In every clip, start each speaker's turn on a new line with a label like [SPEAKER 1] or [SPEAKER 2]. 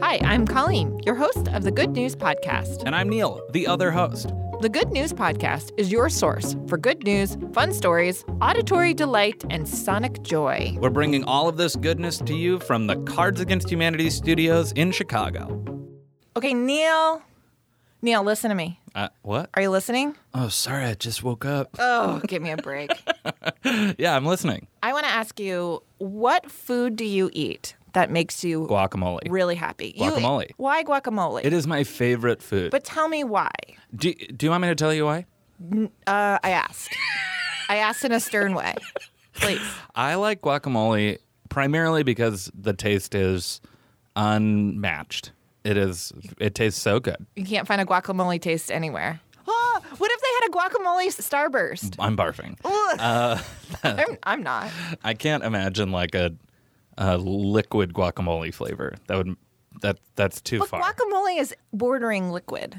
[SPEAKER 1] Hi, I'm Colleen, your host of the Good News Podcast.
[SPEAKER 2] And I'm Neil, the other host.
[SPEAKER 1] The Good News Podcast is your source for good news, fun stories, auditory delight, and sonic joy.
[SPEAKER 2] We're bringing all of this goodness to you from the Cards Against Humanity studios in Chicago.
[SPEAKER 1] Okay, Neil. Neil, listen to me.
[SPEAKER 2] Uh, what?
[SPEAKER 1] Are you listening?
[SPEAKER 2] Oh, sorry, I just woke up.
[SPEAKER 1] Oh, give me a break.
[SPEAKER 2] yeah, I'm listening.
[SPEAKER 1] I want to ask you what food do you eat that makes you
[SPEAKER 2] Guacamole.
[SPEAKER 1] really happy? You-
[SPEAKER 2] Guacamole.
[SPEAKER 1] why guacamole?
[SPEAKER 2] It is my favorite food.
[SPEAKER 1] but tell me why.
[SPEAKER 2] do, do you want me to tell you why?
[SPEAKER 1] Uh, I asked. I asked in a stern way. Please.
[SPEAKER 2] I like guacamole primarily because the taste is unmatched. It is. It tastes so good.
[SPEAKER 1] You can't find a guacamole taste anywhere. Oh, what if they had a guacamole starburst?
[SPEAKER 2] I'm barfing. Uh,
[SPEAKER 1] I'm, I'm not.
[SPEAKER 2] I can't imagine like a, a liquid guacamole flavor. That would that that's too
[SPEAKER 1] But
[SPEAKER 2] far.
[SPEAKER 1] guacamole is bordering liquid.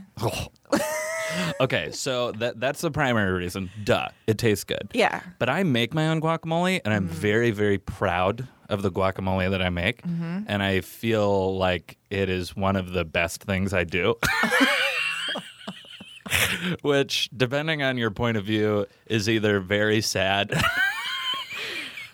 [SPEAKER 2] okay, so that that's the primary reason. Duh, it tastes good.
[SPEAKER 1] Yeah.
[SPEAKER 2] But I make my own guacamole, and I'm very very proud of the guacamole that I make, and I feel like it is one of the best things I do. Which, depending on your point of view, is either very sad.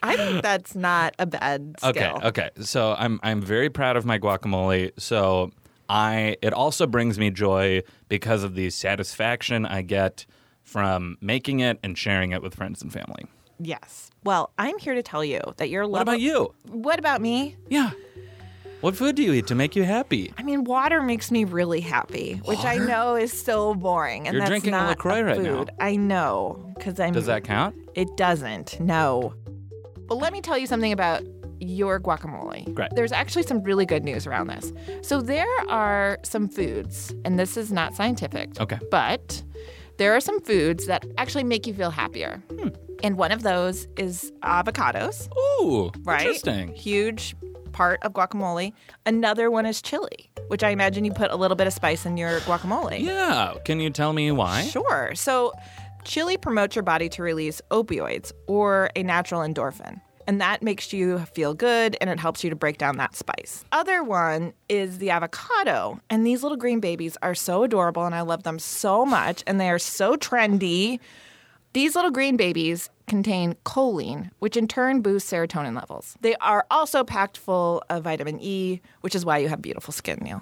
[SPEAKER 1] I think that's not a bad skill.
[SPEAKER 2] Okay, okay. So I'm I'm very proud of my guacamole. So I it also brings me joy because of the satisfaction I get from making it and sharing it with friends and family.
[SPEAKER 1] Yes. Well, I'm here to tell you that your
[SPEAKER 2] What
[SPEAKER 1] love.
[SPEAKER 2] about you?
[SPEAKER 1] What about me?
[SPEAKER 2] Yeah. What food do you eat to make you happy?
[SPEAKER 1] I mean, water makes me really happy, which I
[SPEAKER 2] Water?
[SPEAKER 1] know is so boring. And
[SPEAKER 2] You're
[SPEAKER 1] that's
[SPEAKER 2] drinking
[SPEAKER 1] not
[SPEAKER 2] LaCroix
[SPEAKER 1] a
[SPEAKER 2] right now.
[SPEAKER 1] food. I know, because I'm.
[SPEAKER 2] Does that count?
[SPEAKER 1] It doesn't. No. But let me tell you something about your guacamole.
[SPEAKER 2] Great.
[SPEAKER 1] There's actually some really good news around this. So there are some foods, and this is not scientific.
[SPEAKER 2] Okay.
[SPEAKER 1] But there are some foods that actually make you feel happier.
[SPEAKER 2] Hmm.
[SPEAKER 1] And one of those is avocados,
[SPEAKER 2] Ooh,
[SPEAKER 1] right?
[SPEAKER 2] Oh, interesting.
[SPEAKER 1] Huge part of guacamole. Another one is chili, which I imagine you put a little bit of spice in your guacamole.
[SPEAKER 2] Yeah. Can you tell me why?
[SPEAKER 1] Sure. So, chili promotes your body to release opioids or a natural endorphin. And that makes you feel good and it helps you to break down that spice. Other one is the avocado. And these little green babies are so adorable and I love them so much and they are so trendy. These little green babies contain choline, which in turn boosts serotonin levels. They are also packed full of vitamin E, which is why you have beautiful skin, Neil.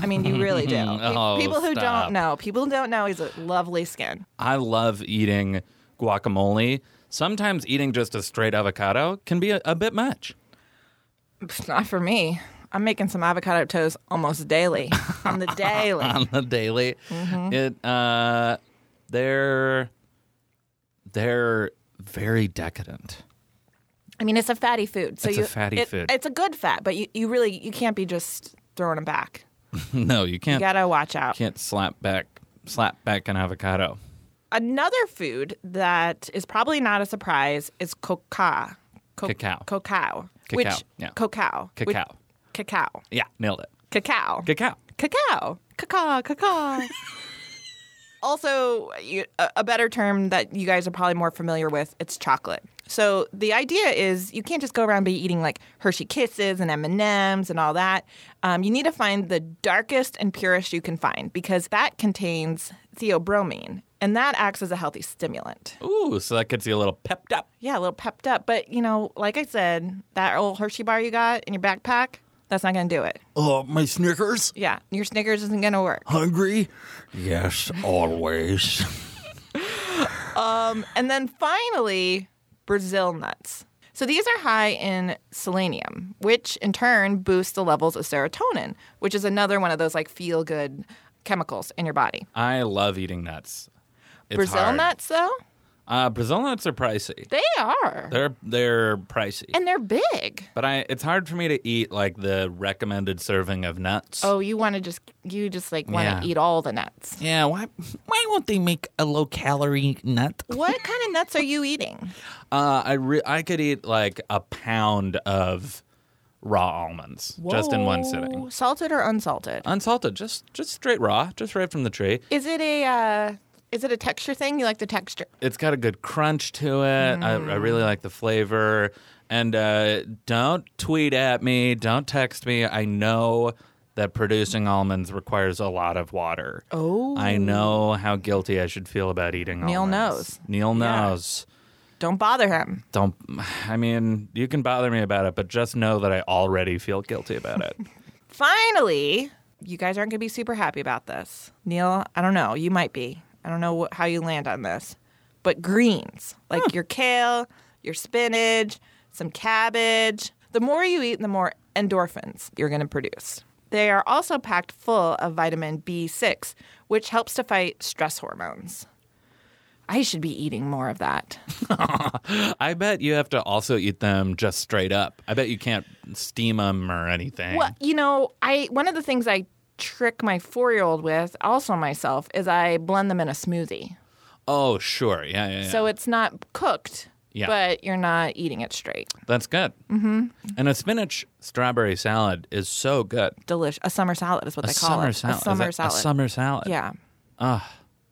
[SPEAKER 1] I mean, you really do. Pe-
[SPEAKER 2] Oh,
[SPEAKER 1] people who
[SPEAKER 2] stop.
[SPEAKER 1] don't know, people who don't know, he's a lovely skin.
[SPEAKER 2] I love eating guacamole. Sometimes eating just a straight avocado can be a, a bit much.
[SPEAKER 1] It's not for me. I'm making some avocado toast almost daily. On the daily.
[SPEAKER 2] on the daily.
[SPEAKER 1] Mm-hmm.
[SPEAKER 2] It uh, they're they're very decadent.
[SPEAKER 1] I mean, it's a fatty food. So
[SPEAKER 2] It's a
[SPEAKER 1] you,
[SPEAKER 2] fatty
[SPEAKER 1] it-
[SPEAKER 2] food.
[SPEAKER 1] It's a good fat, but you, you really you can't be just throwing them back.
[SPEAKER 2] no, you can't
[SPEAKER 1] You gotta watch out.
[SPEAKER 2] can't slap back slap back an avocado.
[SPEAKER 1] Another food that is probably not a surprise is coca. Co-
[SPEAKER 2] Cacao.
[SPEAKER 1] Cacao.
[SPEAKER 2] Cacao,
[SPEAKER 1] Which,
[SPEAKER 2] yeah.
[SPEAKER 1] Cacao. Which-
[SPEAKER 2] Cacao.
[SPEAKER 1] Cacao.
[SPEAKER 2] Yeah, nailed it.
[SPEAKER 1] Cacao.
[SPEAKER 2] Cacao.
[SPEAKER 1] cacao, cacao, cacao. also, you, a, a better term that you guys are probably more familiar with, it's chocolate. So the idea is you can't just go around be eating like Hershey Kisses and M and M's and all that. Um, you need to find the darkest and purest you can find because that contains theobromine, and that acts as a healthy stimulant.
[SPEAKER 2] Ooh, so that gets you a little pepped up.
[SPEAKER 1] Yeah, a little pepped up, but you know, like I said, that old Hershey bar you got in your backpack, that's not going to do it.
[SPEAKER 3] Oh, my Snickers?
[SPEAKER 1] Yeah, your Snickers isn't going to work.
[SPEAKER 3] Hungry? Yes, always.
[SPEAKER 1] And then finally, Brazil nuts. So these are high in selenium, which in turn boosts the levels of serotonin, which is another one of those like feel good chemicals in your body.
[SPEAKER 2] I love eating nuts. It's
[SPEAKER 1] Brazil
[SPEAKER 2] hard.
[SPEAKER 1] nuts though,
[SPEAKER 2] Uh, Brazil nuts are pricey.
[SPEAKER 1] they are.
[SPEAKER 2] They're they're pricey.
[SPEAKER 1] and they're big.
[SPEAKER 2] But I it's hard for me to eat like the recommended serving of nuts.
[SPEAKER 1] Oh, you want to just you just like want to
[SPEAKER 2] Yeah.
[SPEAKER 1] eat all the nuts.
[SPEAKER 3] Yeah, why why won't they make a low calorie nut?
[SPEAKER 1] What kind of nuts are you eating?
[SPEAKER 2] Uh, I re- I could eat like a pound of raw almonds just in one
[SPEAKER 1] Whoa.
[SPEAKER 2] sitting,
[SPEAKER 1] Oh, Salted or unsalted?
[SPEAKER 2] unsalted, just just straight raw, just right from the tree.
[SPEAKER 1] Is it a uh, is it a texture thing? You like the texture?
[SPEAKER 2] It's got a good crunch to it. I, I
[SPEAKER 3] Mm.
[SPEAKER 2] really like the flavor. And uh, don't tweet at me, don't text me. I know that producing almonds requires a lot of water.
[SPEAKER 1] Oh.
[SPEAKER 2] I know how guilty I should feel about eating
[SPEAKER 1] Neil
[SPEAKER 2] almonds.
[SPEAKER 1] knows.
[SPEAKER 2] Neil
[SPEAKER 1] Yeah.
[SPEAKER 2] knows.
[SPEAKER 1] Don't bother him.
[SPEAKER 2] Don't, I mean, you can bother me about it, but just know that I already feel guilty about it.
[SPEAKER 1] Finally, you guys aren't going to be super happy about this. Neil, I don't know. You might be. I don't know wh- how you land on this. But greens, like your kale, your spinach, some cabbage. The more you eat, the more endorphins you're going to produce. They are also packed full of vitamin B6, which helps to fight stress hormones. I should be eating more of that.
[SPEAKER 2] I bet you have to also eat them just straight up. I bet you can't steam them or anything.
[SPEAKER 1] Well, you know, I one of the things I trick my four year old with, also myself, is I blend them in a smoothie.
[SPEAKER 2] Oh, sure. Yeah, yeah, yeah.
[SPEAKER 1] So it's not cooked,
[SPEAKER 2] Yeah.
[SPEAKER 1] but you're not eating it straight.
[SPEAKER 2] That's good. Mm-hmm. And a spinach strawberry salad is so good.
[SPEAKER 1] Delicious. A summer salad is what
[SPEAKER 2] A
[SPEAKER 1] they call
[SPEAKER 2] summer
[SPEAKER 1] it. A
[SPEAKER 2] salad. Is
[SPEAKER 1] summer
[SPEAKER 2] that-
[SPEAKER 1] salad.
[SPEAKER 2] A summer salad.
[SPEAKER 1] Yeah.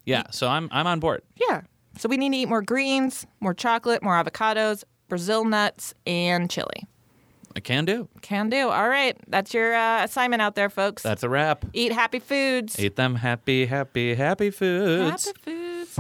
[SPEAKER 2] Yeah. So I'm I'm on board.
[SPEAKER 1] Yeah. So we need to eat more greens, more chocolate, more avocados, Brazil nuts, and chili.
[SPEAKER 2] I can do.
[SPEAKER 1] Can do. All right. That's your uh, assignment out there, folks.
[SPEAKER 2] That's a wrap.
[SPEAKER 1] eat happy foods.
[SPEAKER 2] Eat them happy, happy, happy foods.
[SPEAKER 1] Happy foods.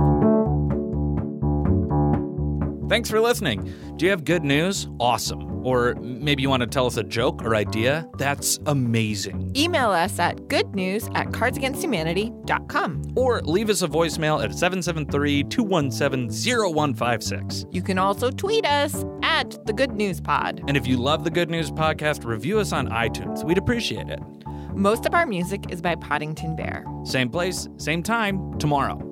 [SPEAKER 2] Thanks for listening. Do you have good news? Awesome. Or maybe you want to tell us a joke or idea? That's amazing.
[SPEAKER 1] Email us at goodnews at cardsagainsthumanity.com.
[SPEAKER 2] Or leave us a voicemail at 773 217 0156.
[SPEAKER 1] You can also tweet us at the Good News Pod.
[SPEAKER 2] And if you love the Good News Podcast, review us on iTunes. We'd appreciate it.
[SPEAKER 1] Most of our music is by Poddington Bear.
[SPEAKER 2] Same place, same time, tomorrow.